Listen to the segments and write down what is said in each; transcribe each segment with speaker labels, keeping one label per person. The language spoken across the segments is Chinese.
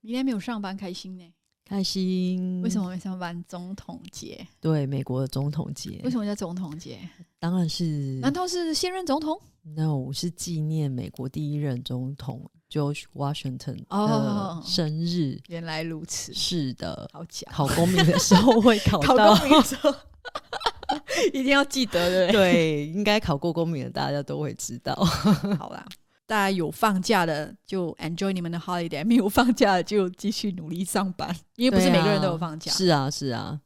Speaker 1: 明天没有上班，开心呢？
Speaker 2: 开心。
Speaker 1: 为什？么没上班？总统节？
Speaker 2: 对，美国的总统节
Speaker 1: 为，什么叫总统节？
Speaker 2: 当然是
Speaker 1: 难道是现任总统？
Speaker 2: no，是纪念美国第一任总统 George Washington
Speaker 1: 哦
Speaker 2: 的生日。
Speaker 1: 原来如此，
Speaker 2: 是的，
Speaker 1: 好假。
Speaker 2: 考公民的时候会考
Speaker 1: 考
Speaker 2: 到。
Speaker 1: 公民的时候 一定要记得，对不
Speaker 2: 对，应该考过公民的大家都会知道。
Speaker 1: 对？
Speaker 2: 嗯
Speaker 1: 好啦，大家有放假的就 enjoy 你们的 holiday，没有放假的就继续努力上班，因为不是每个人都有放假。
Speaker 2: 是啊，是啊。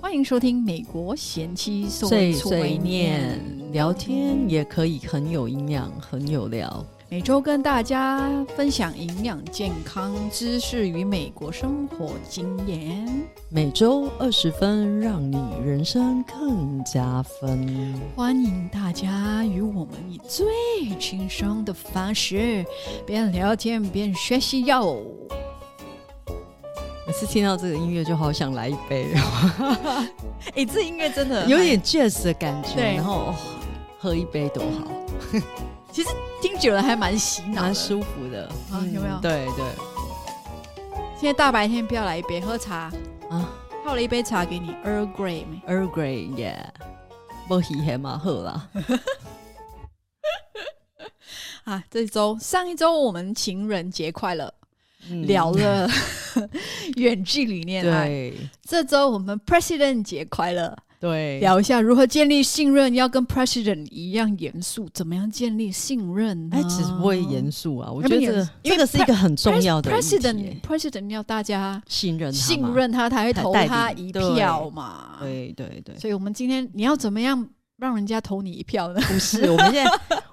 Speaker 1: 欢迎收听《美国贤妻碎
Speaker 2: 碎
Speaker 1: 碎
Speaker 2: 碎
Speaker 1: 念
Speaker 2: 念》，聊天也可以很有营养，很有料。
Speaker 1: 每周跟大家分享营养、健康知识与美国生活经验。
Speaker 2: 每周二十分，让你人生更加分。
Speaker 1: 欢迎大家与我们以最轻松的方式边聊天边学习哟。
Speaker 2: 每次听到这个音乐，就好想来一杯，
Speaker 1: 哎，这音乐真的
Speaker 2: 有点 jazz 的感觉。
Speaker 1: 对
Speaker 2: 然后、哦、喝一杯多好，
Speaker 1: 听久了还蛮洗脑的
Speaker 2: 蛮。舒服的嗯
Speaker 1: 啊有没有
Speaker 2: 对对
Speaker 1: 现在大白天不要来一杯喝茶，
Speaker 2: 啊
Speaker 1: 泡了一杯茶给你，Earl Grey 没？
Speaker 2: ，Earl Grey 耶，不稀罕嘛喝啦。
Speaker 1: 啊，这周上一周我们情人节快乐，
Speaker 2: 嗯
Speaker 1: 聊 了远距离恋爱。
Speaker 2: 对
Speaker 1: 这周我们 President 节快乐，
Speaker 2: 对
Speaker 1: 聊一下如何建立信任，要跟 President 一样严肃，怎么样建立信任呢？
Speaker 2: 哎，其实不会严肃啊，我觉
Speaker 1: 不啊严
Speaker 2: 得这
Speaker 1: 肃
Speaker 2: 个
Speaker 1: 因为
Speaker 2: 这个是一个很重要的议题
Speaker 1: President
Speaker 2: 耶
Speaker 1: President 要大家
Speaker 2: 信任他嘛
Speaker 1: 信。任他，他会
Speaker 2: 他
Speaker 1: 投
Speaker 2: 代理
Speaker 1: 他一
Speaker 2: 对
Speaker 1: 票嘛。
Speaker 2: 对对对，
Speaker 1: 所以我们今天你要怎么样让人家投你一票呢？
Speaker 2: 不是，我们现在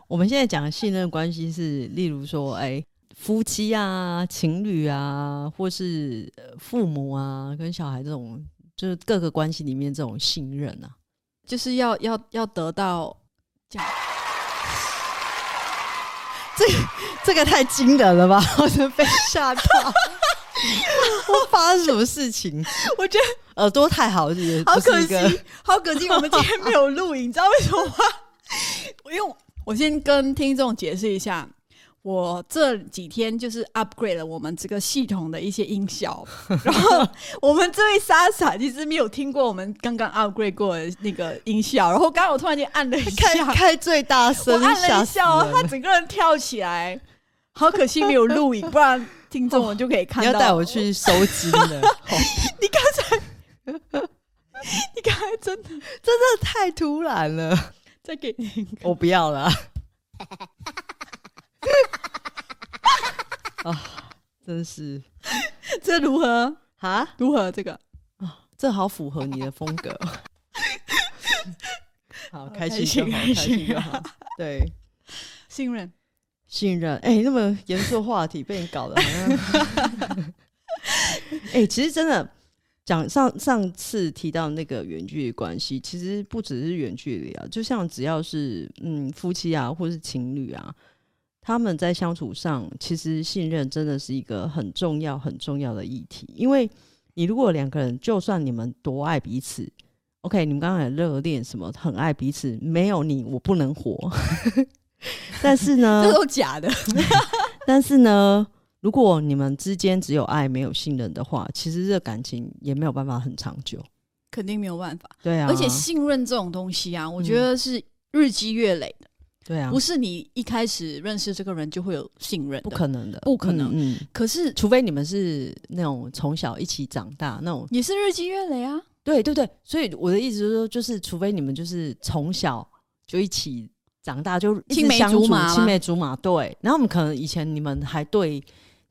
Speaker 2: 我们现在讲的信任关系是，例如说，哎、夫妻啊、情侣啊，或是呃父母啊跟小孩这种，就是各个关系里面这种信任啊。
Speaker 1: 就是要要要得到这样。这
Speaker 2: 这个太惊人了吧！我真被吓到， 我发生什么事情？
Speaker 1: 我觉得
Speaker 2: 耳朵太好是不 是
Speaker 1: 好可
Speaker 2: 不是一个
Speaker 1: 惜，好可惜，我们今天没有录影，你知道为什么吗？ 因为我我先跟听众解释一下，我这几天就是 upgrade 了我们这个系统的一些音效，然后我们这位莎莎其实没有听过我们刚刚 upgrade 过的那个音效，然后刚刚我突然间按了一
Speaker 2: 开
Speaker 1: 下，
Speaker 2: 开最大声，
Speaker 1: 我按了
Speaker 2: 吓
Speaker 1: 一
Speaker 2: 死
Speaker 1: 下哦，
Speaker 2: 人
Speaker 1: 她整个人跳起来，好可惜没有录影，不然听众们就可以看
Speaker 2: 哦你
Speaker 1: 到。
Speaker 2: 要带我去收金 的，哦
Speaker 1: 你刚才，你刚才 真的
Speaker 2: 真的太突然了，
Speaker 1: 再给你一个。
Speaker 2: 我不要 了。啊，真是
Speaker 1: 这如何？
Speaker 2: 啊，
Speaker 1: 如何？这个
Speaker 2: 这好符合你的风 格。好，开心就好，
Speaker 1: 开心
Speaker 2: 开心就好。对，
Speaker 1: 信任，
Speaker 2: 信任，哎、那么严肃的话题被你搞得好像，哎、其实真的讲上上次提到那个远距离关系，其实不只是远距离啊，就像只要是嗯夫妻啊，或是情侣啊，他们在相处上，其实信任真的是一个很重要很重要的议题，因为你如果两个人，就算你们多爱彼此。OK，你们刚才很热恋什么，很爱彼此，没有你我不能活。 但是呢，
Speaker 1: 这都假 的。
Speaker 2: 但是呢，如果你们之间只有爱没有信任的话，其实这感情也没有办法很长久。
Speaker 1: 肯定没有办法。
Speaker 2: 对啊，嗯
Speaker 1: 而且信任这种东西啊，我觉得是日积月累的，
Speaker 2: 对啊，
Speaker 1: 不
Speaker 2: 不
Speaker 1: 是你一开始认识这个人就会有信任的。
Speaker 2: 可能的，
Speaker 1: 不可能
Speaker 2: 嗯，嗯
Speaker 1: 可是
Speaker 2: 除非你们是那种从小一起长大那种。
Speaker 1: 也是日积月累啊。
Speaker 2: 对对对，所以我的意思是说，就是除非你们就是从小就一起长大，就一直
Speaker 1: 青梅
Speaker 2: 相
Speaker 1: 竹
Speaker 2: 处
Speaker 1: 马吗
Speaker 2: 青梅竹马。对，然后我们可能以前你们还对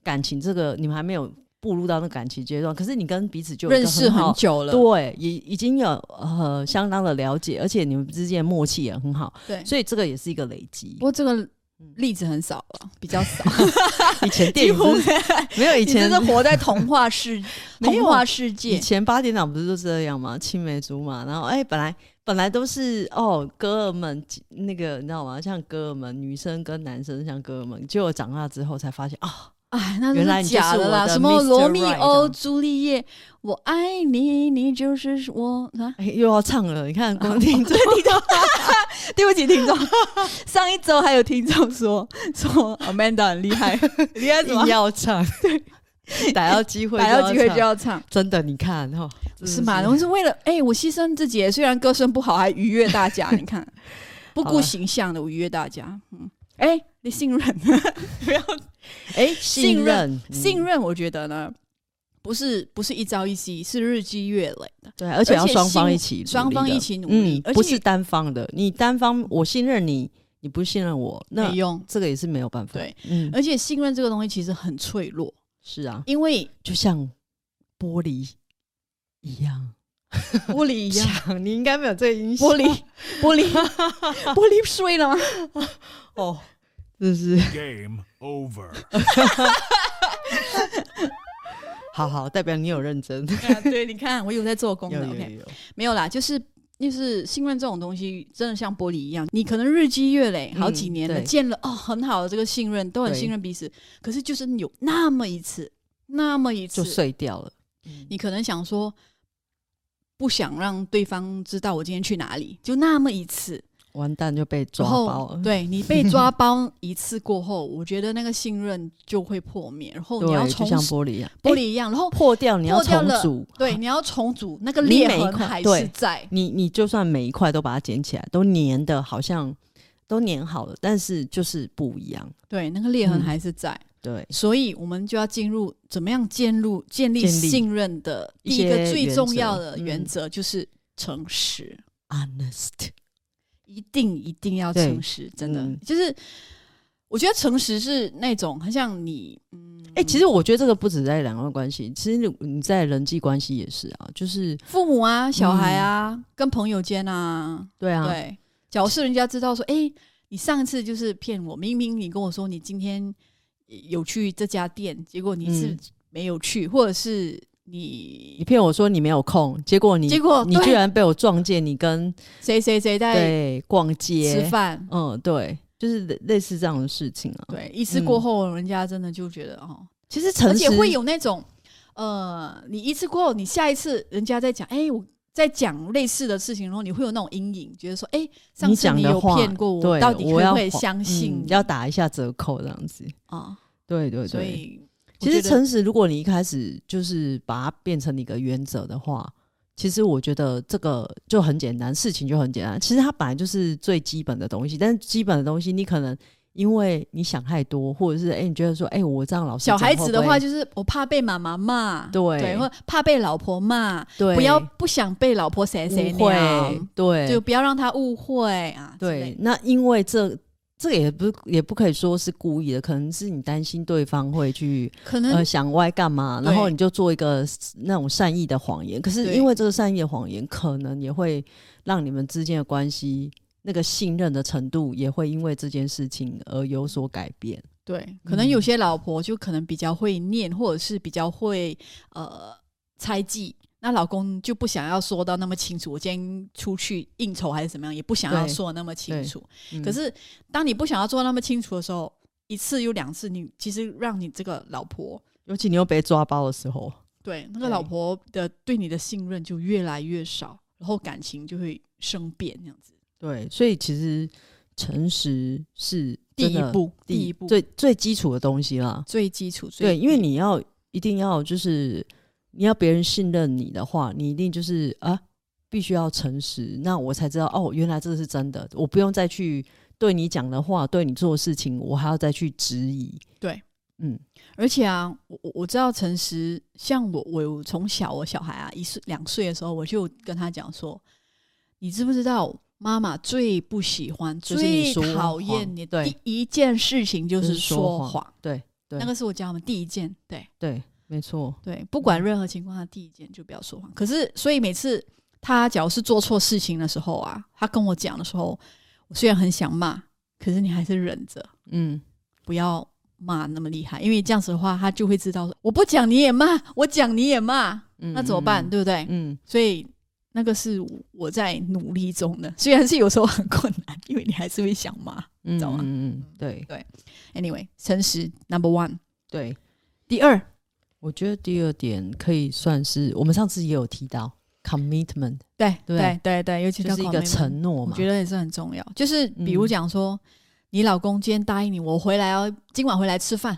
Speaker 2: 感情这个，你们还没有步入到那个感情阶段，可是你跟彼此就有一个
Speaker 1: 认识
Speaker 2: 好
Speaker 1: 很久了，
Speaker 2: 对，也已经有呃相当的了解，而且你们之间的默契也很好，
Speaker 1: 对。
Speaker 2: 所以嗯这个也是一个累积
Speaker 1: 不。过这个例子很少 了，比较少。
Speaker 2: 以 前电影不是没有以
Speaker 1: 以前
Speaker 2: 前
Speaker 1: 是活在童话世
Speaker 2: 没
Speaker 1: 童
Speaker 2: 有
Speaker 1: 话世
Speaker 2: 以
Speaker 1: 界，
Speaker 2: 前八点档不是就这样吗？青梅竹马，然后哎、本来本来都是哦哥儿们那个你知道吗？像哥儿们，女生跟男生像哥儿们，结果长大之后才发现啊，
Speaker 1: 哎，那
Speaker 2: 原来
Speaker 1: 是
Speaker 2: 你
Speaker 1: 假
Speaker 2: 就是我
Speaker 1: 啦。
Speaker 2: 的
Speaker 1: 什么
Speaker 2: Mr.
Speaker 1: 罗密
Speaker 2: Right
Speaker 1: 欧、
Speaker 2: 啊
Speaker 1: 朱丽叶，我爱你，你就是我啊。
Speaker 2: 哎又要唱了。你看，光听 这
Speaker 1: 对对不起，听 众。上一周还有听众说说 Amanda 很厉 害，厉害什么
Speaker 2: 硬？要唱，对， 逮到机会，
Speaker 1: 逮到机会就要
Speaker 2: 要唱
Speaker 1: 唱，
Speaker 2: 真的，你看哈，真的
Speaker 1: 是吗？我是为了哎、我牺牲自己，虽然歌声不好，还愉悦大 家。你看，不
Speaker 2: 好
Speaker 1: 顾
Speaker 2: 了
Speaker 1: 形象的我愉悦大家。嗯，哎、你信任， 不要
Speaker 2: 哎，
Speaker 1: 信嗯
Speaker 2: 信任，
Speaker 1: 信
Speaker 2: 任，
Speaker 1: 任，我觉得呢，不是不是一朝一夕，是日积月累的。
Speaker 2: 对，而且要
Speaker 1: 而且
Speaker 2: 双
Speaker 1: 信
Speaker 2: 方一起努力的，
Speaker 1: 双方一起努力
Speaker 2: 嗯，
Speaker 1: 而且
Speaker 2: 不是单方的，你单方我信任你，你不信任我，那
Speaker 1: 没用。
Speaker 2: 这个也是没有办法，
Speaker 1: 对，
Speaker 2: 嗯，
Speaker 1: 而且信任这个东西其实很脆弱，
Speaker 2: 是啊，
Speaker 1: 因为
Speaker 2: 就像玻璃一样，
Speaker 1: 玻 璃一样，
Speaker 2: 像你应该没有这个音效
Speaker 1: 玻璃 玻璃玻璃碎了吗？
Speaker 2: 哦，真 是
Speaker 3: Game over.
Speaker 2: 好好，代表你有认真，
Speaker 1: 啊对，你看我有在做工
Speaker 2: 有
Speaker 1: 的。
Speaker 2: 有
Speaker 1: OK，
Speaker 2: 有，
Speaker 1: 没有啦，就是就是信任这种东西，真的像玻璃一样，你可能日积月累，好几
Speaker 2: 嗯
Speaker 1: 年了，
Speaker 2: 对
Speaker 1: 建了哦很好的这个信任，都很
Speaker 2: 对
Speaker 1: 信任彼此，可是就是有那么一次，那么一
Speaker 2: 就
Speaker 1: 次，
Speaker 2: 碎掉了，嗯
Speaker 1: 你可能想说。不想让对方知道我今天去哪里，就那么一次，
Speaker 2: 完蛋就被抓
Speaker 1: 然
Speaker 2: 包
Speaker 1: 后
Speaker 2: 了，
Speaker 1: 对你被抓包一次过后，我觉得那个信任就会破灭，然后
Speaker 2: 对，
Speaker 1: 你要
Speaker 2: 就
Speaker 1: 重
Speaker 2: 像玻璃一样，
Speaker 1: 玻
Speaker 2: 哎
Speaker 1: 璃一样，然后
Speaker 2: 破掉，你要
Speaker 1: 破掉
Speaker 2: 重
Speaker 1: 了
Speaker 2: 组。
Speaker 1: 对你要重组那个
Speaker 2: 你
Speaker 1: 裂
Speaker 2: 每一
Speaker 1: 痕
Speaker 2: 块
Speaker 1: 还
Speaker 2: 对
Speaker 1: 是在，
Speaker 2: 你你就算每一块都把它捡起来，都粘的好像都粘好了，但是就是不一样。
Speaker 1: 对那个裂痕
Speaker 2: 嗯
Speaker 1: 还是在，
Speaker 2: 对，
Speaker 1: 所以我们就要进入怎么样建入建立
Speaker 2: 建立
Speaker 1: 信任的第一
Speaker 2: 一
Speaker 1: 个
Speaker 2: 些
Speaker 1: 最
Speaker 2: 原
Speaker 1: 重
Speaker 2: 则
Speaker 1: 要的原
Speaker 2: 嗯
Speaker 1: 则就是诚实，
Speaker 2: honest，
Speaker 1: 一定一定要
Speaker 2: 对
Speaker 1: 诚实，真的、
Speaker 2: 嗯
Speaker 1: 就是我觉得诚实是那种很像你，嗯，
Speaker 2: 哎、其实我觉得这个不止在两岸关系，其实你你在人际关系也是啊，就是
Speaker 1: 父母啊、小孩
Speaker 2: 嗯
Speaker 1: 啊、跟朋友间啊，
Speaker 2: 对啊，
Speaker 1: 对，假设人家知道说，哎、你上次就是骗我，明明你跟我说你今天有去这家店，结果你是
Speaker 2: 嗯
Speaker 1: 没有去，或者是你
Speaker 2: 你骗我说你没有空，结果你
Speaker 1: 结果
Speaker 2: 你
Speaker 1: 对
Speaker 2: 居然被我撞见你跟
Speaker 1: 谁谁谁在
Speaker 2: 对逛街
Speaker 1: 吃，饭。
Speaker 2: 嗯，对，就是类类似这样的事情啊。，
Speaker 1: 对，一次过
Speaker 2: 嗯
Speaker 1: 后，人家真的就觉得哦，
Speaker 2: 其实
Speaker 1: 而
Speaker 2: 诚实
Speaker 1: 且会有那种，呃，你一次过后，你下一次人家在讲，哎、我在讲类似的事情，然后你会有那种阴影，觉得说，哎、上
Speaker 2: 你
Speaker 1: 次
Speaker 2: 讲
Speaker 1: 你
Speaker 2: 的
Speaker 1: 有
Speaker 2: 话
Speaker 1: 骗过我，
Speaker 2: 对
Speaker 1: 到底
Speaker 2: 我
Speaker 1: 会
Speaker 2: 要
Speaker 1: 不会
Speaker 2: 还
Speaker 1: 相信
Speaker 2: 嗯？要打一下折扣这样子。
Speaker 1: 啊、
Speaker 2: 对对对，
Speaker 1: 所以我
Speaker 2: 其
Speaker 1: 觉
Speaker 2: 实
Speaker 1: 得
Speaker 2: 诚实，如果你一开始就是把它变成你的原则的话，其实我觉得这个就很简单，事情就很简单。其实它本来就是最基本的东西，但是基本的东西你可能因为你想太多，或者是哎、你觉得说哎、我这样老师
Speaker 1: 小孩子的话，
Speaker 2: 就
Speaker 1: 就是我怕被妈妈骂，
Speaker 2: 对
Speaker 1: 或怕被老婆骂，
Speaker 2: 对
Speaker 1: 不要不想被老婆谁谁
Speaker 2: 误
Speaker 1: 鸟
Speaker 2: 会，对
Speaker 1: 就不要让他误会啊，之类
Speaker 2: 对
Speaker 1: 的，，
Speaker 2: 那因为这。这个也不也不可以说是故意的，可能是你担心对方会去
Speaker 1: 可
Speaker 2: 呃
Speaker 1: 能
Speaker 2: 想歪干嘛，
Speaker 1: 嗯对
Speaker 2: 然后你就做一个那种善意的谎言。可是
Speaker 1: 对
Speaker 2: 因为这个善意的谎言，可能也会让你们之间的关系那个信任的程度也会因为这件事情而有所改变。
Speaker 1: 对，可能有些老婆就可能比较会念，或者是比较会呃猜忌。那老公就不想要说到那么清楚，我今天出去应酬还是怎么样，也不想要
Speaker 2: 对
Speaker 1: 说得那么清
Speaker 2: 对
Speaker 1: 楚。
Speaker 2: 嗯
Speaker 1: 可是当你不想要做得那么清楚的时候，一次又两次，你其实让你这个老婆
Speaker 2: 尤其你又被抓包的时候，
Speaker 1: 对，那个
Speaker 2: 对
Speaker 1: 老婆的对你的信任就越来越少，然后感情就会生变，这样子。
Speaker 2: 对，所以其实诚实是
Speaker 1: 第
Speaker 2: 真
Speaker 1: 一
Speaker 2: 的
Speaker 1: 步，第一步
Speaker 2: 最最基础的东西啦。
Speaker 1: 最基础，最
Speaker 2: 对，因为你要一定要就是你要别人信任你的话，你一定就是啊，必须要诚实，那我才知道哦，原来这个是真的，我不用再去对你讲的话，对你做的事情，我还要再去质疑。
Speaker 1: 对，
Speaker 2: 嗯，
Speaker 1: 而且啊，我我我知道诚实，像我我有从小我小孩啊一岁两岁的时候，我就跟他讲说，你知不知道妈妈最不喜欢、
Speaker 2: 就是
Speaker 1: 最
Speaker 2: 你说
Speaker 1: 讨厌
Speaker 2: 谎
Speaker 1: 你的
Speaker 2: 对
Speaker 1: 第一件事情就
Speaker 2: 就是是说
Speaker 1: 说
Speaker 2: 谎
Speaker 1: 谎，
Speaker 2: 对对
Speaker 1: 那个是我教他们第一件，对。
Speaker 2: 对，没错，
Speaker 1: 对，不
Speaker 2: 嗯
Speaker 1: 管任何情况下，第一件就不要说谎。可是，所以每次他假如是做错事情的时候啊，他跟我讲的时候，我虽然很想骂，可是你还是忍着，
Speaker 2: 嗯，
Speaker 1: 不要骂那么厉害，因为这样子的话，他就会知道说，我不讲你也骂，我讲你也骂，
Speaker 2: 嗯
Speaker 1: 那怎么办？？对不对？
Speaker 2: 嗯，
Speaker 1: 所以那个是我在努力中的，虽然是有时候很困难，因为你还是会想骂。
Speaker 2: 嗯
Speaker 1: 懂
Speaker 2: 嗯
Speaker 1: 啊
Speaker 2: 嗯嗯，对
Speaker 1: Anyway，诚实 number one，
Speaker 2: 对。
Speaker 1: 第二
Speaker 2: 我觉得第二点可以算是我们上次也有提到， commitment，
Speaker 1: 对
Speaker 2: 对
Speaker 1: 对对对，尤其
Speaker 2: 就是一个承诺
Speaker 1: 我
Speaker 2: 嘛
Speaker 1: 觉。得也是很重要。就是比如
Speaker 2: 嗯
Speaker 1: 讲说，你老公今天答应你，我回来要今晚回来吃饭，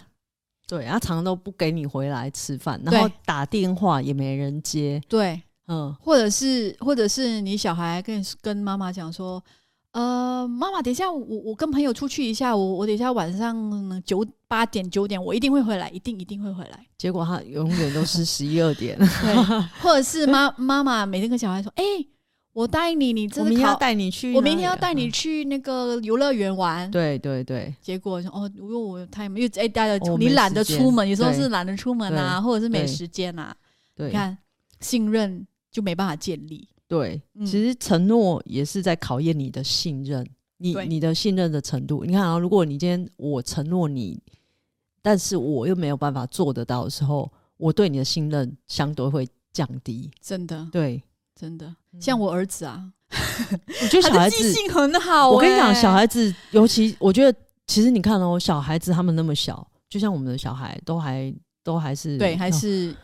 Speaker 2: 对，他常常都不给你回来吃饭，然后
Speaker 1: 对
Speaker 2: 打电话也没人接。
Speaker 1: 对，
Speaker 2: 嗯，
Speaker 1: 或者是或者是你小孩跟你跟妈妈讲说，呃，妈妈，等一下我我跟朋友出去一下，我我等一下晚上九八点九点我一定会回来，一定一定会回来。
Speaker 2: 结果他永远 都是十一二点。
Speaker 1: 对， 或者是妈妈妈每天跟小孩说，哎、我答应你，你这
Speaker 2: 我
Speaker 1: 次
Speaker 2: 明天要
Speaker 1: 考，
Speaker 2: 带你去，啊
Speaker 1: 我明天要带你。去那个游乐园玩。
Speaker 2: 嗯对对对，
Speaker 1: 结果说哦，因为我太忙因为哎，大家、
Speaker 2: 哦
Speaker 1: 你
Speaker 2: 没
Speaker 1: 懒
Speaker 2: 时
Speaker 1: 得
Speaker 2: 间
Speaker 1: 出门，有时候
Speaker 2: 对
Speaker 1: 是懒得出门啊，或者是没
Speaker 2: 对
Speaker 1: 时间啊。
Speaker 2: 对
Speaker 1: 你看，信任就没办法建立。
Speaker 2: 对，
Speaker 1: 嗯
Speaker 2: 其实承诺也是在考验你的信任，你
Speaker 1: 对
Speaker 2: 你的信任的程度。你看啊，如果你今天我承诺你，但是我又没有办法做得到的时候，我对你的信任相对会降低。
Speaker 1: 真的，
Speaker 2: 对，
Speaker 1: 真的，像我儿子啊，
Speaker 2: 我嗯觉得小
Speaker 1: 他
Speaker 2: 孩
Speaker 1: 的记
Speaker 2: 子，
Speaker 1: 性很好、
Speaker 2: 我跟你讲，
Speaker 1: 欸
Speaker 2: 小孩子，尤其我觉得，其实你看哦，小孩子他们那么小，就像我们的小孩，都还都还是
Speaker 1: 对还
Speaker 2: 哦
Speaker 1: 是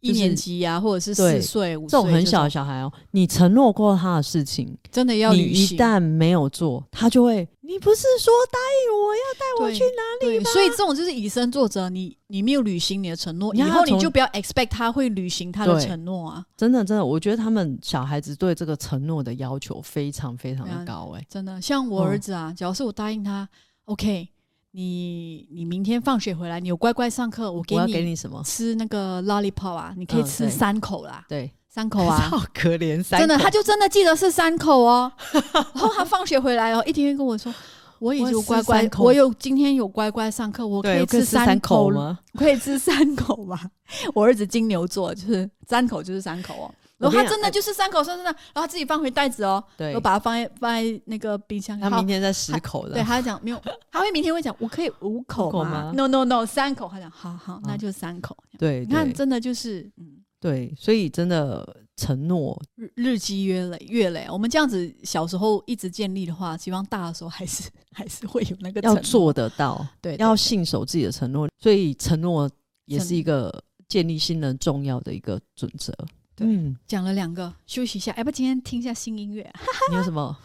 Speaker 1: 一
Speaker 2: 就是
Speaker 1: 年级啊，或者是
Speaker 2: 对
Speaker 1: 四岁、五岁
Speaker 2: 这种很小的小孩哦，你承诺过他的事情，
Speaker 1: 真的要
Speaker 2: 你
Speaker 1: 履
Speaker 2: 一
Speaker 1: 行。
Speaker 2: 旦没有做，他就会，你不是说答应我要带我
Speaker 1: 对
Speaker 2: 去哪里
Speaker 1: 对，所以这种就是以身作则，你你没有履行你的承诺，
Speaker 2: 你
Speaker 1: 以
Speaker 2: 要
Speaker 1: 后你
Speaker 2: 从
Speaker 1: 就不要 expect 他会履行他的
Speaker 2: 对
Speaker 1: 承诺啊！
Speaker 2: 真的，真的，我觉得他们小孩子对这个承诺的要求非常非常的高、哎、
Speaker 1: 真的，像我
Speaker 2: 嗯
Speaker 1: 儿子啊，只要是我答应他，OK，你你明天放学回来，你有乖乖上课，我给
Speaker 2: 嗯我要
Speaker 1: 你
Speaker 2: 给你什么？
Speaker 1: 吃那个 lollipop 啊，你可以
Speaker 2: 嗯
Speaker 1: 吃
Speaker 2: 对
Speaker 1: 三口 啦，
Speaker 2: 对，
Speaker 1: 三口啊，
Speaker 2: 好可怜，三
Speaker 1: 真的，
Speaker 2: 口
Speaker 1: 他就真的记得是三口哦。 然后他放学回来哦，一天跟我说，我已
Speaker 2: 我
Speaker 1: 经
Speaker 2: 吃
Speaker 1: 乖乖
Speaker 2: 三，口
Speaker 1: 我有今天有乖乖上课，我可
Speaker 2: 对，
Speaker 1: 以
Speaker 2: 我可以
Speaker 1: 吃
Speaker 2: 吃三
Speaker 1: 口
Speaker 2: 口？吗？
Speaker 1: 我 可以吃三口吗？ 我儿子金牛座，就是 三口就是三口哦。
Speaker 2: 我
Speaker 1: 然后
Speaker 2: 跟你哎
Speaker 1: 他真的就是三口，说真的，然后他自己放回袋子哦，
Speaker 2: 对
Speaker 1: 我，把它放在放在那个冰箱。
Speaker 2: 他
Speaker 1: 好
Speaker 2: 明天再十口的，
Speaker 1: 对，他讲没有，他会明天会讲，我可以五口
Speaker 2: 五口
Speaker 1: 吗
Speaker 2: 吗
Speaker 1: ？No No No，三口。他讲好好，那
Speaker 2: 嗯
Speaker 1: 就三口。
Speaker 2: 对，
Speaker 1: 你看，
Speaker 2: 对
Speaker 1: 真的就是嗯。
Speaker 2: 对，所以真的承诺
Speaker 1: 日日积月累，月累，啊我们这样子小时候一直建立的话，希望大的时候还是 还是会有那个
Speaker 2: 要
Speaker 1: 承诺
Speaker 2: 做得到，
Speaker 1: 对对
Speaker 2: 要信守自己的承诺，所以承诺也
Speaker 1: 真
Speaker 2: 是一个建立信任重要的一个准则。
Speaker 1: 对
Speaker 2: 嗯，
Speaker 1: 讲了两个，休息一下，要不今天听一下新音乐、啊，
Speaker 2: 你有什么？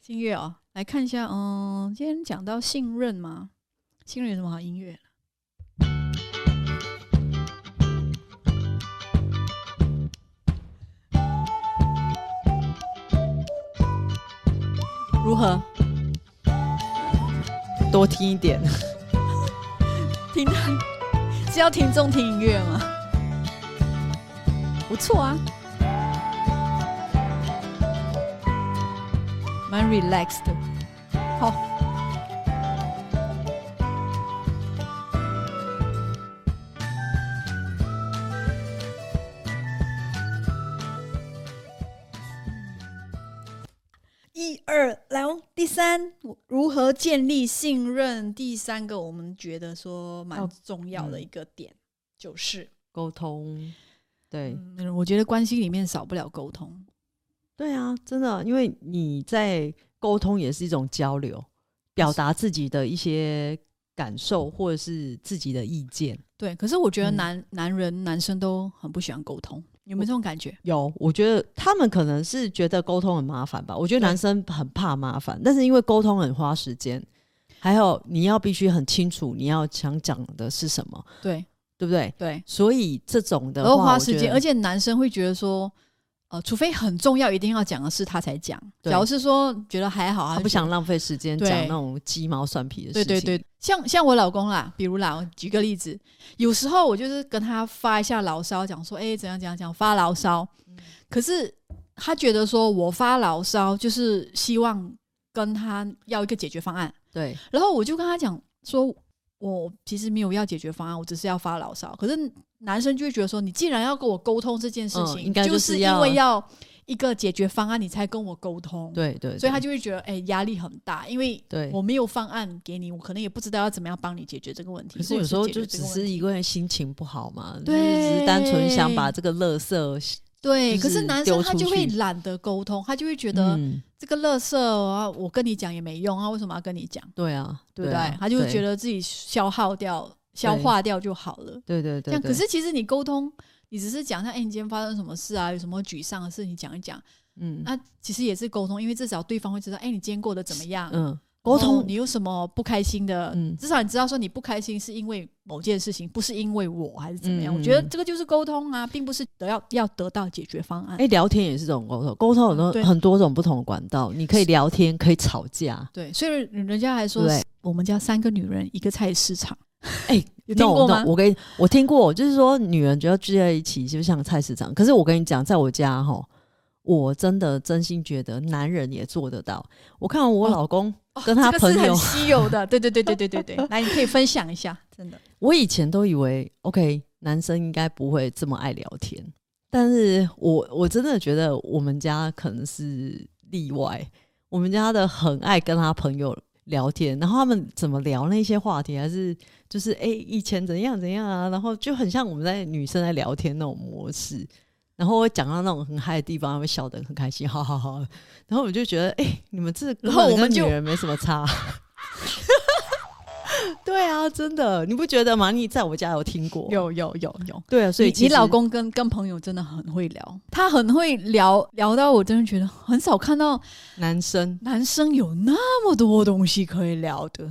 Speaker 1: 新音乐哦，来看一下，嗯，今天讲到信任嘛，信任有什么好音乐？如何
Speaker 2: 多听一点。
Speaker 1: 听？ 是要听众听音乐吗？不错啊，蛮 relaxed 的。好，一二来哦，第三，我如何建立信任？第三个，我们觉得说蛮
Speaker 2: 要
Speaker 1: 重要的
Speaker 2: 嗯
Speaker 1: 一个点、就是，
Speaker 2: 沟通，对、
Speaker 1: 嗯，我觉得关系里面少不了沟通。
Speaker 2: 对啊，真的，因为你在沟通也是一种交流，表达自己的一些感受或者是自己的意见。
Speaker 1: 对，可是我觉得
Speaker 2: 嗯
Speaker 1: 男、男人男生都很不喜欢沟通，有没有这种感觉？
Speaker 2: 有，我觉得他们可能是觉得沟通很麻烦吧。我觉
Speaker 1: 对
Speaker 2: 得男生很怕麻烦，但是因为沟通很花时间，还有你要必须很清楚你要想讲的是什么，
Speaker 1: 对
Speaker 2: 对不对？
Speaker 1: 对，
Speaker 2: 所以这种的
Speaker 1: 然后
Speaker 2: 话，
Speaker 1: 花
Speaker 2: 我
Speaker 1: 时
Speaker 2: 觉
Speaker 1: 间，
Speaker 2: 得
Speaker 1: 而且男生会觉得说，呃，除非很重要一定要讲的事他才讲，
Speaker 2: 对
Speaker 1: 假如是说觉得还好，
Speaker 2: 他
Speaker 1: 就
Speaker 2: 不
Speaker 1: 觉得
Speaker 2: 想浪费时间
Speaker 1: 对
Speaker 2: 讲那种鸡毛蒜皮的事
Speaker 1: 对
Speaker 2: 情。
Speaker 1: 对对，像像我老公啦，比如啦，我举个例子，有时候我就是跟他发一下牢骚，讲说，哎、怎样怎样讲，发牢骚。
Speaker 2: 嗯
Speaker 1: 可是他觉得说我发牢骚就是希望跟他要一个解决方案，
Speaker 2: 对
Speaker 1: 然后我就跟他讲说，我其实没有要解决方案，我只是要发牢骚。可是男生就会觉得说，你既然要跟我沟通这件事
Speaker 2: 嗯
Speaker 1: 情，
Speaker 2: 应该
Speaker 1: 就
Speaker 2: 就是
Speaker 1: 是因
Speaker 2: 要
Speaker 1: 为要一个解决方案，你才跟我沟通。
Speaker 2: 对对，
Speaker 1: 所以他
Speaker 2: 就
Speaker 1: 就会觉得，哎、压力很大，因为
Speaker 2: 对
Speaker 1: 我没有方案给你，我可能也不知道要怎么样帮你解决这个问题。
Speaker 2: 可是
Speaker 1: 或者
Speaker 2: 有时候
Speaker 1: 解决
Speaker 2: 就
Speaker 1: 这
Speaker 2: 只
Speaker 1: 个问
Speaker 2: 是
Speaker 1: 题
Speaker 2: 一个人心情不好嘛，就是只是单纯想把这个垃圾
Speaker 1: 对，
Speaker 2: 就
Speaker 1: 可是
Speaker 2: 是
Speaker 1: 男
Speaker 2: 丢
Speaker 1: 生他
Speaker 2: 出
Speaker 1: 就会
Speaker 2: 去
Speaker 1: 懒得沟通，他就会觉得
Speaker 2: 嗯，
Speaker 1: 这个垃圾啊，我跟你讲也没用啊，为什么要跟你讲？
Speaker 2: 对啊，
Speaker 1: 对不对？
Speaker 2: 啊
Speaker 1: 他就会觉
Speaker 2: 得
Speaker 1: 得自己消耗掉、消
Speaker 2: 对
Speaker 1: 化掉就好了。
Speaker 2: 对对
Speaker 1: 这
Speaker 2: 对，
Speaker 1: 样，
Speaker 2: 对
Speaker 1: 可是其实你沟通，你只是讲一下，哎、你今天发生什么事啊？有什么沮丧的事，你讲一讲。
Speaker 2: 嗯
Speaker 1: 那、其实也是沟通，因为至少对方会知道，哎、你今天过得怎么样？
Speaker 2: 嗯，
Speaker 1: 然
Speaker 2: 沟
Speaker 1: 后
Speaker 2: 通
Speaker 1: 哦你有什么不开心的？
Speaker 2: 嗯
Speaker 1: 至少你知道说你不开心是因为某件事情，不是因为我还是怎么样。
Speaker 2: 嗯
Speaker 1: 我觉得这个就是沟通啊，并不是得要要得到解决方案。
Speaker 2: 哎、聊天也是这种沟通，沟通很多
Speaker 1: 嗯对
Speaker 2: 很多种不同的管道，你可以聊天，可以吵架。
Speaker 1: 对，所以人家还说
Speaker 2: 对
Speaker 1: 我们家三个女人一个菜市场。
Speaker 2: 哎
Speaker 1: 有听
Speaker 2: no
Speaker 1: 过
Speaker 2: no，
Speaker 1: 吗？
Speaker 2: 我跟你我听过，就是说女人只要聚在一起，就像菜市场。可是我跟你讲，在我家哈，我真的真心觉得男人也做得到。我看
Speaker 1: 哦
Speaker 2: 我老公跟他
Speaker 1: 这个
Speaker 2: 朋
Speaker 1: 是很
Speaker 2: 友，
Speaker 1: 稀有的，对对对对对对对。来，你可以分享一下，真的。
Speaker 2: 我以前都以为 OK，男生应该不会这么爱聊天，但是我我真的觉得我们家可能是例外，我们家的很爱跟他朋友聊天，然后他们怎么聊那些话题，还是就是哎、以前怎样怎样啊，然后就很像我们在女生在聊天那种模式。然后我讲到那种很嗨的地方，他们笑得很开心，好好好。然后我就觉得，哎、你们这
Speaker 1: 然
Speaker 2: 根
Speaker 1: 后
Speaker 2: 本
Speaker 1: 我们
Speaker 2: 跟女
Speaker 1: 就
Speaker 2: 人没什么差。 对啊，真的，你不觉得吗？你在我 家有听过？
Speaker 1: 有有有有。
Speaker 2: 对啊，所以
Speaker 1: 你
Speaker 2: 其
Speaker 1: 你
Speaker 2: 实
Speaker 1: 老公跟跟朋友真的很会聊，他很会聊，聊到我真的觉得很少看到
Speaker 2: 男生
Speaker 1: 男生有那么多东西可以聊的，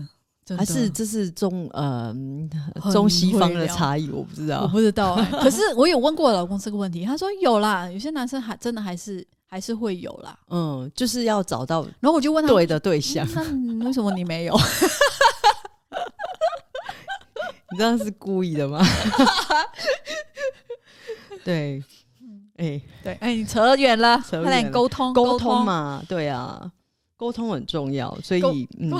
Speaker 1: 真的
Speaker 2: 还是这是中呃嗯
Speaker 1: 很
Speaker 2: 中西方
Speaker 1: 会
Speaker 2: 的
Speaker 1: 聊
Speaker 2: 差异，我不知
Speaker 1: 我
Speaker 2: 道。
Speaker 1: 不知道哎、可是我有问过我老公这个问题，他说有啦，有些男生还真的还是还是会有啦。
Speaker 2: 嗯，就是要找到
Speaker 1: 然后我就问他，
Speaker 2: 对的对
Speaker 1: 嗯
Speaker 2: 象，
Speaker 1: 那你为什么你没 有？
Speaker 2: 你知道是故意的吗？ 对，哎，
Speaker 1: 对，哎、你扯远了，
Speaker 2: 扯远了
Speaker 1: 快点沟通
Speaker 2: 沟通
Speaker 1: 通。
Speaker 2: 嘛，对啊，沟通很重要，所
Speaker 1: 沟
Speaker 2: 以嗯
Speaker 1: 沟，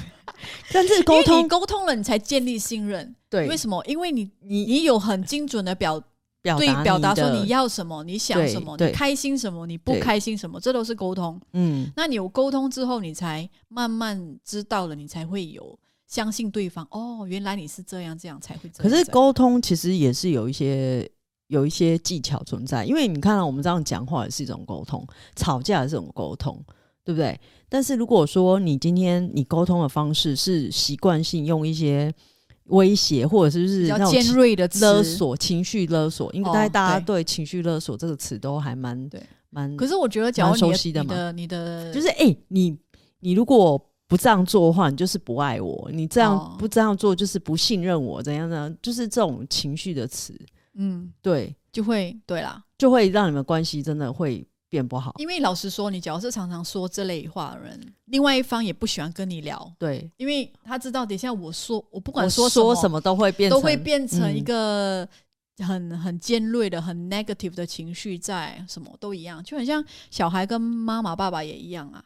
Speaker 2: 但是
Speaker 1: 因
Speaker 2: 沟
Speaker 1: 为你
Speaker 2: 通
Speaker 1: 沟通了，你才建立信任。
Speaker 2: 对
Speaker 1: 为什么？因为你你你有很精准的表
Speaker 2: 表
Speaker 1: 对
Speaker 2: 达
Speaker 1: 表达说
Speaker 2: 的
Speaker 1: 你要什么，你想
Speaker 2: 对
Speaker 1: 什么，你
Speaker 2: 对
Speaker 1: 开心什么，你不
Speaker 2: 对
Speaker 1: 开心什么，这都是沟通。
Speaker 2: 嗯
Speaker 1: 那你有沟通之后，你才慢慢知道了，你才会有相信对方。哦，原来你是这样，这样才会这
Speaker 2: 可
Speaker 1: 样。
Speaker 2: 是
Speaker 1: 这样
Speaker 2: 沟通其实也是有一些有一些技巧存在，因为你看到我们这样讲话也是一种沟通，吵架也是一种沟通，对不对？但是如果说你今天你沟通的方式是习惯性用一些威胁或者是就是
Speaker 1: 比
Speaker 2: 那
Speaker 1: 较
Speaker 2: 种
Speaker 1: 尖
Speaker 2: 情
Speaker 1: 锐的词
Speaker 2: 勒。索、情绪勒索，因为
Speaker 1: 哦
Speaker 2: 大概大家
Speaker 1: 对
Speaker 2: 对情绪勒索这个词都还蛮
Speaker 1: 对
Speaker 2: 蛮，
Speaker 1: 可是我觉得，假如
Speaker 2: 蛮熟
Speaker 1: 你
Speaker 2: 悉
Speaker 1: 的
Speaker 2: 的
Speaker 1: 你
Speaker 2: 嘛
Speaker 1: 的你的
Speaker 2: 就是哎、欸你你如果不这样做的话，你就是不爱我；你这样、
Speaker 1: 哦
Speaker 2: 不这样做就是不信任我，怎样怎样，就是这种情绪的词。
Speaker 1: 嗯，
Speaker 2: 对，
Speaker 1: 就会对啦。
Speaker 2: 就会让你们关系真的会变不好。
Speaker 1: 因为老实说，你假如是常常说这类话的人，另外一方也不喜欢跟你聊，
Speaker 2: 对，
Speaker 1: 因为他知道等一下我说我不
Speaker 2: 不
Speaker 1: 管说
Speaker 2: 说
Speaker 1: 什
Speaker 2: 什
Speaker 1: 么
Speaker 2: 么都会变成，
Speaker 1: 都会变成
Speaker 2: 嗯
Speaker 1: 一个很很尖锐的、很 negative 的情绪在，什么都一样，就很像小孩跟妈妈、爸爸也一样啊。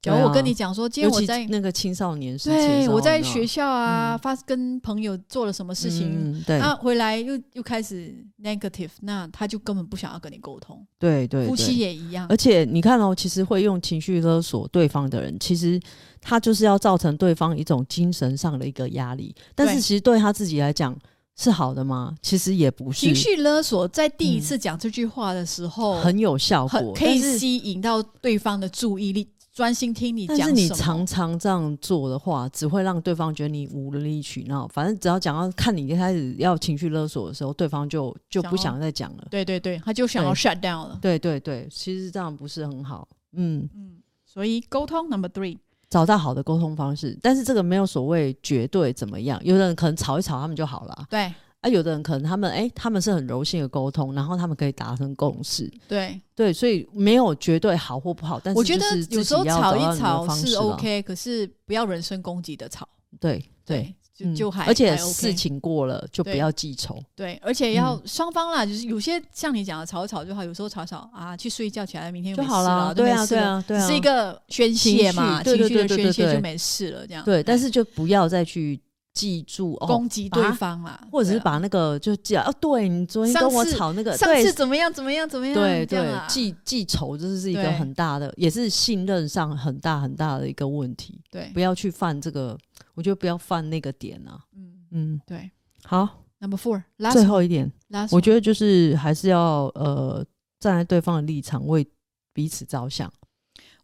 Speaker 1: 假如
Speaker 2: 对啊
Speaker 1: 我跟你讲说，今
Speaker 2: 尤
Speaker 1: 天我
Speaker 2: 其
Speaker 1: 在
Speaker 2: 那个青少年时期的
Speaker 1: 对
Speaker 2: 时候，
Speaker 1: 我在
Speaker 2: 你知道
Speaker 1: 学校啊，
Speaker 2: 嗯
Speaker 1: 发跟朋友做了什么事情，啊
Speaker 2: 嗯嗯对、
Speaker 1: 那、回来又又开始 negative，那他就根本不想要跟你沟通。
Speaker 2: 对对，
Speaker 1: 夫妻
Speaker 2: 对。
Speaker 1: 也一样
Speaker 2: 而，且你看哦，其实会用情绪勒索对方的人，其实他就是要造成对方一种精神上的一个压力。但是
Speaker 1: 对
Speaker 2: 其实对他自己来讲是好的吗？其实也不是
Speaker 1: 情，绪勒索在第一次讲这句话的时候，
Speaker 2: 嗯很有效
Speaker 1: 很
Speaker 2: 果，
Speaker 1: 可以
Speaker 2: 但是
Speaker 1: 吸引到对方的注意力，专心听你
Speaker 2: 但
Speaker 1: 讲
Speaker 2: 是
Speaker 1: 什
Speaker 2: 你
Speaker 1: 么。
Speaker 2: 常常这样做的话，只会让对方觉得你无理取闹。反正只要讲到看你一开始要情绪勒索的时候，对方就就不
Speaker 1: 想要
Speaker 2: 想再讲了。
Speaker 1: 对对对，他就想要
Speaker 2: 对
Speaker 1: shut down 了。
Speaker 2: 对对对，其实这样不是很好。嗯，
Speaker 1: 嗯，所以沟通 number three，
Speaker 2: 找到好的沟通方式，但是这个没有所谓绝对怎么样。有的人可能吵一吵他们就好了
Speaker 1: 对
Speaker 2: 啊，有的人可能他们哎、他们是很柔性的沟通，然后他们可以达成共识。
Speaker 1: 对，
Speaker 2: 对，所以没有绝对好或不好，但是
Speaker 1: 我觉得
Speaker 2: 就是自己
Speaker 1: 有时候
Speaker 2: 要
Speaker 1: 吵
Speaker 2: 找到
Speaker 1: 一
Speaker 2: 你的
Speaker 1: 吵
Speaker 2: 方式
Speaker 1: 是
Speaker 2: 啦
Speaker 1: OK，可是不要人身攻击的吵。
Speaker 2: 对对，嗯
Speaker 1: 对，就就还
Speaker 2: 而且
Speaker 1: 还 OK
Speaker 2: 事情嗯过了就不
Speaker 1: 对
Speaker 2: 要记仇。
Speaker 1: 对，而且要双方啦，就是有些像你讲的吵一吵就好，有时候吵一吵啊，去睡一觉起来，明天
Speaker 2: 就
Speaker 1: 没
Speaker 2: 好
Speaker 1: 事
Speaker 2: 啦，
Speaker 1: 了，
Speaker 2: 对
Speaker 1: 没
Speaker 2: 啊，
Speaker 1: 事
Speaker 2: 对
Speaker 1: 了
Speaker 2: 啊，对
Speaker 1: 只
Speaker 2: 啊，
Speaker 1: 是一个宣泄嘛，
Speaker 2: 情绪对对
Speaker 1: 绪的
Speaker 2: 对
Speaker 1: 宣
Speaker 2: 对对
Speaker 1: 泄
Speaker 2: 对
Speaker 1: 就没事了，这样嗯
Speaker 2: 对，但是就不要再去记住哦，
Speaker 1: 攻击
Speaker 2: 把
Speaker 1: 对
Speaker 2: 它
Speaker 1: 方啦，
Speaker 2: 或者是
Speaker 1: 对啊
Speaker 2: 把那个就记啊，哦，对你昨天
Speaker 1: 上
Speaker 2: 跟我
Speaker 1: 次
Speaker 2: 吵那个，
Speaker 1: 上
Speaker 2: 对
Speaker 1: 次怎么样怎么样怎么样，
Speaker 2: 对
Speaker 1: 这样啊
Speaker 2: 对
Speaker 1: 啦，
Speaker 2: 记记仇，这是一个
Speaker 1: 对
Speaker 2: 很大的，也是信任上很大很大的一个问题，
Speaker 1: 对
Speaker 2: 不，要去犯这个，我觉得不要犯那个点啊，
Speaker 1: 嗯，
Speaker 2: 嗯，
Speaker 1: 对
Speaker 2: 好，
Speaker 1: ，number four，
Speaker 2: 最
Speaker 1: last
Speaker 2: 后一点，
Speaker 1: last，
Speaker 2: 我觉得就是还是要呃站在对方的立场为彼此着想，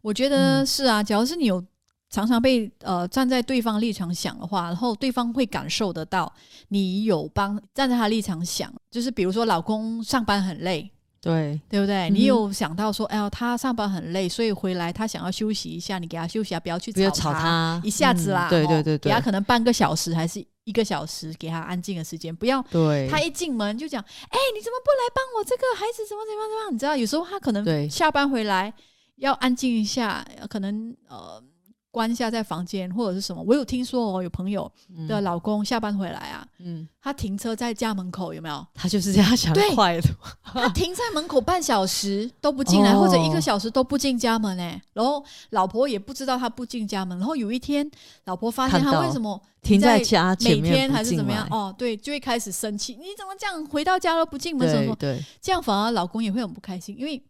Speaker 1: 我觉得是啊，假如是你有常常被呃站在对方立场想的话，然后对方会感受得到你有帮站在他立场想，就是比如说老公上班很累，
Speaker 2: 对，
Speaker 1: 对不对？
Speaker 2: 嗯哼
Speaker 1: 你有想到说，哎呀，他上班很累，所以回来他想要休息一下，你给他休息啊，不要去
Speaker 2: 不要吵他，
Speaker 1: 一下子啦，
Speaker 2: 嗯对
Speaker 1: 哦
Speaker 2: 对对
Speaker 1: 给他
Speaker 2: 对
Speaker 1: 可能半个小时还是一个小时，给他安静的时间，不要
Speaker 2: 对，
Speaker 1: 他一进门就讲，哎、你怎么不来帮我这个孩子怎么怎么怎么样？你知道，有时候他可
Speaker 2: 对
Speaker 1: 能下班回来要安静一下，呃可能呃关一下在房间或者是什么。我有听说哦，有朋友的
Speaker 2: 嗯
Speaker 1: 老公下班回来啊，
Speaker 2: 嗯，
Speaker 1: 他停车在家门口有没 有？
Speaker 2: 他就是这样想
Speaker 1: 对
Speaker 2: 快的，
Speaker 1: 他停在门口半小时都不进来，
Speaker 2: 哦
Speaker 1: 或者一个小时都不进家门哎、然后老婆也不知道他不进家门，然后有一天老婆发现
Speaker 2: 看
Speaker 1: 他
Speaker 2: 到
Speaker 1: 为什么
Speaker 2: 停
Speaker 1: 在
Speaker 2: 在家前
Speaker 1: 每
Speaker 2: 面
Speaker 1: 天
Speaker 2: 不
Speaker 1: 还是
Speaker 2: 进
Speaker 1: 怎么样
Speaker 2: 来
Speaker 1: 哦，对，就会开始生气，你怎么这样回到家了不进门什么什
Speaker 2: 对
Speaker 1: 么？
Speaker 2: 对，
Speaker 1: 这样反而老公也会很不开心，因为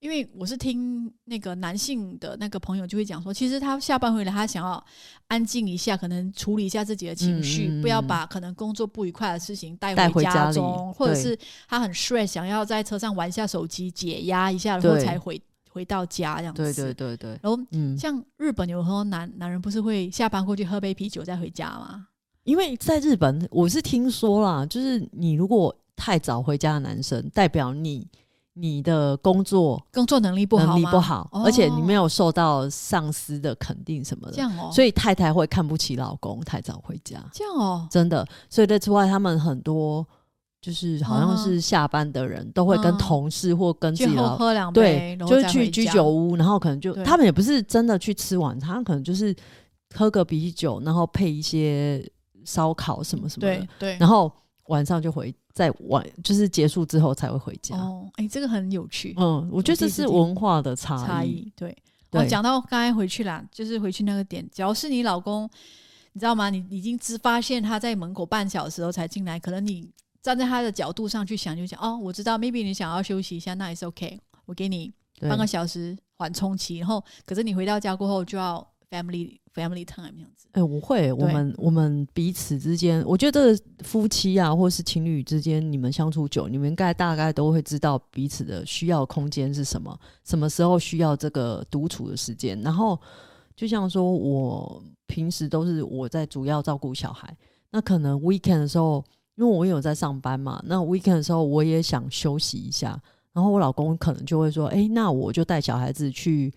Speaker 1: 因为我是听那个男性的那个朋友就会讲说，其实他下班回来，他想要安静一下，可能处理一下自己的情绪，
Speaker 2: 嗯嗯嗯
Speaker 1: 不要把可能工作不愉快的事情带
Speaker 2: 带
Speaker 1: 回
Speaker 2: 回家里
Speaker 1: 中，或者
Speaker 2: 对
Speaker 1: 是他很 stress，想要在车上玩一下手机解压一下，然后
Speaker 2: 对
Speaker 1: 才回回到家这样子。
Speaker 2: 对对对对，
Speaker 1: 然后
Speaker 2: 嗯，
Speaker 1: 像日本有很多男男人不是会下班过去喝杯啤酒再回家吗？
Speaker 2: 因为在日本，我是听说啦，就是你如果太早回家的男生，代表你你的工作
Speaker 1: 工作能力不好
Speaker 2: 能力
Speaker 1: 吗？
Speaker 2: 不好，
Speaker 1: 哦
Speaker 2: 而且你没有受到上司的肯定什么
Speaker 1: 这
Speaker 2: 的，
Speaker 1: 样哦，
Speaker 2: 所
Speaker 1: 以
Speaker 2: 以太太会看不起老公太早回家，
Speaker 1: 这样哦，
Speaker 2: 真的。所以 that's why 他们很多就是好像
Speaker 1: 嗯哼
Speaker 2: 是下班的人都会跟
Speaker 1: 嗯
Speaker 2: 同事或跟自
Speaker 1: 去
Speaker 2: 己
Speaker 1: 后
Speaker 2: 老
Speaker 1: 喝两杯
Speaker 2: 对，，
Speaker 1: 然后
Speaker 2: 就是
Speaker 1: 再
Speaker 2: 去
Speaker 1: 回
Speaker 2: 居
Speaker 1: 家
Speaker 2: 酒屋，然后可能就
Speaker 1: 对
Speaker 2: 他们也不是真的去吃晚餐，他们可能就是喝个啤酒，然后配一些烧烤什么什么的
Speaker 1: 对，对，
Speaker 2: 然后晚上就回，在晚就是结束之后才会回家。
Speaker 1: 哦，哎、这个很有趣，
Speaker 2: 嗯，我觉得这是文化的差异。
Speaker 1: 差异对。我
Speaker 2: 对，
Speaker 1: 讲到刚才回去啦，就是回去那个点，只要是你老公，你知道吗？你你已经知发现他在门口半小时后才进来，可能你站在他的角度上去想，就想哦，我知道，maybe 你想要休息一下，那也是 OK，我给你
Speaker 2: 对
Speaker 1: 半个小时缓冲期，然后可是你回到家过后就要 family family time 这样子，
Speaker 2: 哎、我会，我们我们彼此之间，我觉得夫妻啊，或是情侣之间，你们相处久，你们应该大概都会知道彼此的需要空间是什么，什么时候需要这个独处的时间。然后，就像说我平时都是我在主要照顾小孩，那可能 weekend 的时候，因为我有在上班嘛，那 weekend 的时候我也想休息一下，然后我老公可能就会说，哎、那我就带小孩子去。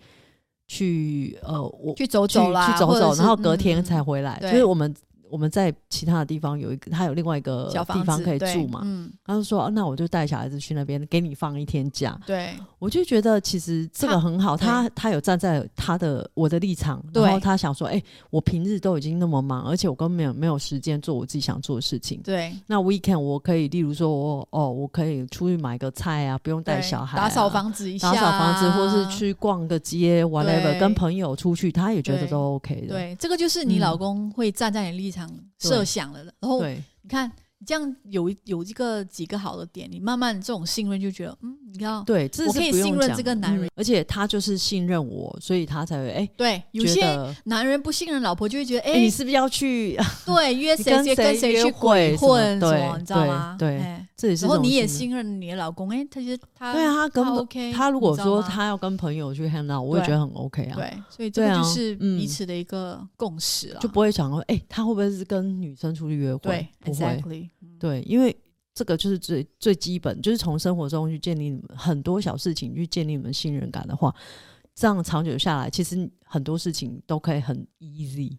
Speaker 2: 去呃，我
Speaker 1: 去走
Speaker 2: 去
Speaker 1: 走啦，
Speaker 2: 去走
Speaker 1: 或者
Speaker 2: 走，
Speaker 1: 是
Speaker 2: 然后隔天
Speaker 1: 嗯
Speaker 2: 才回来。
Speaker 1: 对
Speaker 2: 就是我们我们在其他的地方有一个，他有另外一个
Speaker 1: 小房
Speaker 2: 地方
Speaker 1: 子
Speaker 2: 可以
Speaker 1: 对
Speaker 2: 住嘛。
Speaker 1: 嗯，
Speaker 2: 他就说、啊那我就带小孩子去那边，给你放一天假。
Speaker 1: 对，
Speaker 2: 我就觉得其实这个
Speaker 1: 他
Speaker 2: 很好，他他有站在他的我的立场，
Speaker 1: 对
Speaker 2: 然后他想说，哎、我平日都已经那么忙，而且我根本没有没有时间做我自己想做的事情。
Speaker 1: 对，
Speaker 2: 那 weekend 我可以，例如说我哦，我可以出去买个菜啊，不用带
Speaker 1: 对
Speaker 2: 小孩啊、
Speaker 1: 打扫房子一下啊，
Speaker 2: 打扫房子，或是去逛个街
Speaker 1: 对
Speaker 2: ，whatever，跟朋友出去，他也觉得
Speaker 1: 对
Speaker 2: 都 OK 的。
Speaker 1: 对，这个就是你
Speaker 2: 嗯
Speaker 1: 老公会站在你立场设想了的。然后
Speaker 2: 对
Speaker 1: 你看，你这样有一有这个几个好的点，你慢慢这种信任就觉得，嗯，你要
Speaker 2: 对，这
Speaker 1: 我
Speaker 2: 是
Speaker 1: 可以
Speaker 2: 不用
Speaker 1: 信任
Speaker 2: 讲
Speaker 1: 这个男人
Speaker 2: 嗯而且他就是信任我，所以他才会哎，
Speaker 1: 对，有
Speaker 2: 觉
Speaker 1: 些
Speaker 2: 得
Speaker 1: 男人不信任老婆，就会觉得，哎、
Speaker 2: 哎，你是不是要去？
Speaker 1: 对，约
Speaker 2: 你
Speaker 1: 谁
Speaker 2: 跟
Speaker 1: 谁
Speaker 2: 谁
Speaker 1: 跟谁
Speaker 2: 约
Speaker 1: 去鬼
Speaker 2: 会什么
Speaker 1: 混什
Speaker 2: 对
Speaker 1: 么，你知道
Speaker 2: 对
Speaker 1: 吗？
Speaker 2: 对
Speaker 1: 哎
Speaker 2: 这也是
Speaker 1: 然后
Speaker 2: 这种
Speaker 1: 你也
Speaker 2: 信
Speaker 1: 信任你的老公，哎、他就他
Speaker 2: 任对啊，他根
Speaker 1: 他
Speaker 2: 本
Speaker 1: OK，
Speaker 2: 他如果
Speaker 1: 你知道
Speaker 2: 说
Speaker 1: 吗
Speaker 2: 他要跟朋友去 hang out，我也
Speaker 1: 对
Speaker 2: 觉得很 OK 啊，
Speaker 1: 对，所以这
Speaker 2: 对
Speaker 1: 个
Speaker 2: 啊
Speaker 1: 就是
Speaker 2: 嗯
Speaker 1: 彼此的一个共识了、
Speaker 2: 就不会想说哎，他会不会是跟女生出去约会
Speaker 1: 对？
Speaker 2: 不会，
Speaker 1: ，exactly，嗯
Speaker 2: 对，因为。这个就是最最基本，就是从生活中去建立你们很多小事情，去建立你们信任感的话，这样长久下来，其实很多事情都可以很 easy。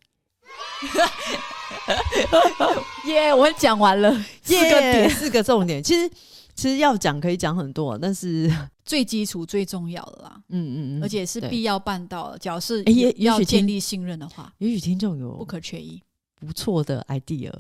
Speaker 1: 耶我讲完了
Speaker 2: 四
Speaker 1: 四个
Speaker 2: 个
Speaker 1: 点
Speaker 2: 点，，四个重点。其实其实要讲可以讲很多，但是
Speaker 1: 最基础最重要的啦。
Speaker 2: 嗯嗯嗯，
Speaker 1: 而且是
Speaker 2: 对
Speaker 1: 必要办到的。只要是
Speaker 2: 诶也也
Speaker 1: 要
Speaker 2: 许哦
Speaker 1: 建
Speaker 2: 听
Speaker 1: 立信任的话，
Speaker 2: 也许听众
Speaker 1: 不
Speaker 2: 有
Speaker 1: 可缺一。
Speaker 2: 不错的 idea，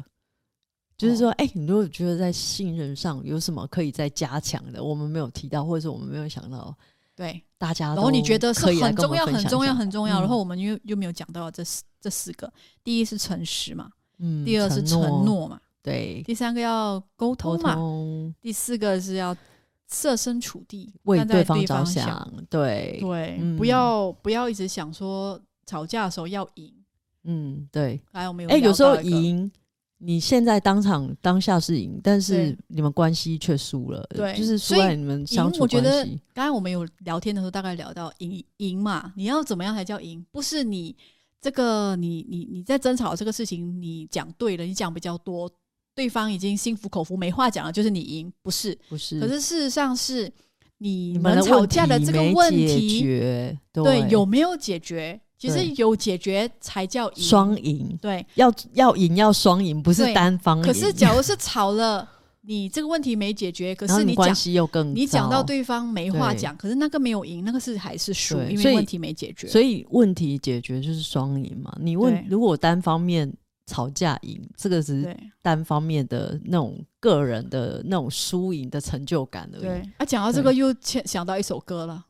Speaker 2: 就是
Speaker 1: 哦
Speaker 2: 说，哎、你如果觉得在信任上有什么可以再加强的，我们没有提到，或者是我们没有想到，
Speaker 1: 对，
Speaker 2: 大家
Speaker 1: 然
Speaker 2: 啊都
Speaker 1: 后你觉得是
Speaker 2: 可以来
Speaker 1: 很
Speaker 2: 跟
Speaker 1: 重
Speaker 2: 我们
Speaker 1: 要、
Speaker 2: 分享
Speaker 1: 很
Speaker 2: 一下
Speaker 1: 重要、很重要，
Speaker 2: 嗯
Speaker 1: 然后我们又又没有讲到这四这四个：第一是诚实嘛，
Speaker 2: 嗯，
Speaker 1: 第二是承，诺嘛，
Speaker 2: 对，
Speaker 1: 第三个要沟
Speaker 2: 沟
Speaker 1: 通嘛，
Speaker 2: 通
Speaker 1: 第四个是要设身处地
Speaker 2: 为
Speaker 1: 站在
Speaker 2: 方
Speaker 1: 方
Speaker 2: 着
Speaker 1: 想。
Speaker 2: 想，对，
Speaker 1: 对，
Speaker 2: 嗯
Speaker 1: 不要不要一直想说吵架的时候要赢。
Speaker 2: 嗯，对，
Speaker 1: 还有没有？
Speaker 2: 哎、有时候
Speaker 1: 赢，
Speaker 2: 赢，你现在当场当下是赢，但是
Speaker 1: 对
Speaker 2: 你们关系却输了，
Speaker 1: 对
Speaker 2: 就是输
Speaker 1: 所以
Speaker 2: 在你们相
Speaker 1: 赢
Speaker 2: 处
Speaker 1: 我觉
Speaker 2: 关
Speaker 1: 得
Speaker 2: 系，
Speaker 1: 刚才我们有聊天的时候，大概聊到赢赢嘛，你要怎么样才叫赢？不是你这个你你你在争吵这个事情，你讲对了，你讲比较多，对方已经心服口服，没话讲了，就是你赢，不是？
Speaker 2: 不是？
Speaker 1: 可是事实上是你
Speaker 2: 你们的
Speaker 1: 吵
Speaker 2: 问
Speaker 1: 架的
Speaker 2: 题
Speaker 1: 这个
Speaker 2: 没
Speaker 1: 问
Speaker 2: 解
Speaker 1: 题，
Speaker 2: 决
Speaker 1: 对
Speaker 2: 对
Speaker 1: 有没有解决？其实
Speaker 2: 对
Speaker 1: 有解决才叫赢。
Speaker 2: 双赢，
Speaker 1: 对，
Speaker 2: 要要赢要双赢，不是
Speaker 1: 对
Speaker 2: 单方赢。
Speaker 1: 可是假如是吵了，你这个问题没解 决，可
Speaker 2: 然后
Speaker 1: 是
Speaker 2: 你
Speaker 1: 讲
Speaker 2: 关系又更
Speaker 1: 你讲到
Speaker 2: 糟，
Speaker 1: 对方没话
Speaker 2: 对
Speaker 1: 讲，可是那个没有赢，那个是还是输，
Speaker 2: 对
Speaker 1: 因
Speaker 2: 所
Speaker 1: 为
Speaker 2: 以
Speaker 1: 问题没解决。
Speaker 2: 所以问题解决就是双赢嘛。你问
Speaker 1: 对
Speaker 2: 如果单方面吵架赢，这个只是
Speaker 1: 对
Speaker 2: 单方面的那种个人的那种输赢的成就感而已。
Speaker 1: 对，啊，讲到这
Speaker 2: 对
Speaker 1: 个又牵想到一首歌了，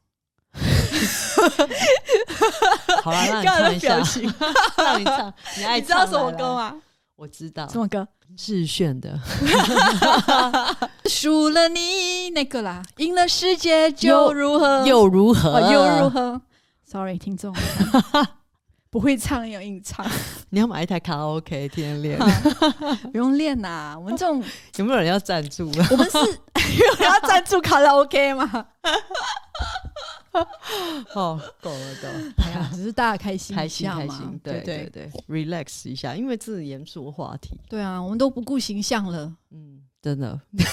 Speaker 2: 好了，让
Speaker 1: 看
Speaker 2: 你唱
Speaker 1: 的
Speaker 2: 一
Speaker 1: 表
Speaker 2: 下，
Speaker 1: 情，
Speaker 2: 让你唱，你爱
Speaker 1: 你知道
Speaker 2: 唱
Speaker 1: 什么
Speaker 2: 来
Speaker 1: 歌
Speaker 2: 来？
Speaker 1: 吗？
Speaker 2: 我知道
Speaker 1: 什么歌？
Speaker 2: 志炫的，
Speaker 1: 输了你那个啦，赢了世界就
Speaker 2: 又
Speaker 1: 如何？
Speaker 2: 又如何？
Speaker 1: 哦又如？何？Sorry，听 众不会唱要硬唱，
Speaker 2: 你要买一台卡拉 OK 天天练，
Speaker 1: 哦不用练呐。我们这种
Speaker 2: 有没有人要赞助啊？
Speaker 1: 我们 是因为要赞助卡拉 OK 嘛，
Speaker 2: 哦，够了够了。
Speaker 1: 哎呀，只是大家开心
Speaker 2: 开
Speaker 1: 一
Speaker 2: 心
Speaker 1: 下
Speaker 2: 开
Speaker 1: 嘛
Speaker 2: 心，，
Speaker 1: 对
Speaker 2: 对对，relax 一下，因为这是严肃的话题，
Speaker 1: 对啊，我们都不顾形象了。
Speaker 2: 嗯，真的，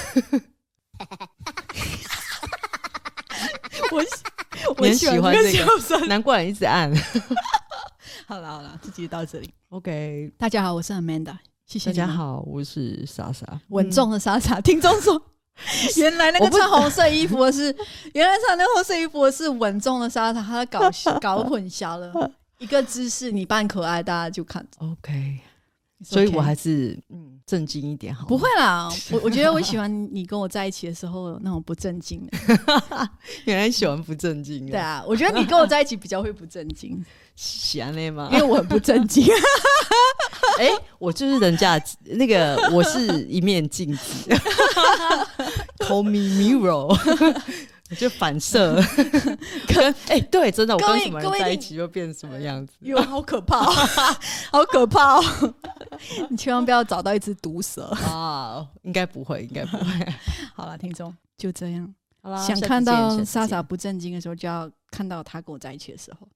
Speaker 1: 我喜
Speaker 2: 你很喜欢
Speaker 1: 这
Speaker 2: 这个
Speaker 1: 笑声。
Speaker 2: 难怪你一 直按。
Speaker 1: 好了好了，这集到这里。
Speaker 2: OK，
Speaker 1: 大家好，我是 Amanda，谢谢
Speaker 2: 大
Speaker 1: 你们
Speaker 2: 家。好，我是莎莎，
Speaker 1: 稳重的莎莎，听众说，原来那个
Speaker 2: 我不
Speaker 1: 穿红色衣服的是， 原来穿那个红色衣服的是稳重的莎莎，她搞搞混淆了。一个姿势你扮可爱，大家就看。
Speaker 2: 嗯。OK，
Speaker 1: It's
Speaker 2: 所以
Speaker 1: okay
Speaker 2: 我还是嗯正经一点好，
Speaker 1: 不会，啦，我我觉得我喜欢你跟我在一起的时候那种不正经的。
Speaker 2: 原来喜欢不正经，
Speaker 1: 对，啊，我觉得你跟我在一起比较会不正经，
Speaker 2: 喜欢那吗
Speaker 1: 因？为我很不正 经。
Speaker 2: 哎，我就是人家的那个，我是一面镜子，Call me mirror，就反射。跟哎、对，真的，我
Speaker 1: 各
Speaker 2: 跟
Speaker 1: 位
Speaker 2: 什么
Speaker 1: 各
Speaker 2: 人
Speaker 1: 位
Speaker 2: 在一
Speaker 1: 你
Speaker 2: 起就变什么样子。
Speaker 1: 哟，好可怕、哦，好可怕、哦！ 你千万不要找到一只毒蛇。
Speaker 2: 啊，应该不会，应该不会。
Speaker 1: 好了，听众就这样。
Speaker 2: 好啦
Speaker 1: 想看到莎
Speaker 2: 莎
Speaker 1: 莎
Speaker 2: 莎，
Speaker 1: 不正经的时候，就要看到她跟我在一起的时候。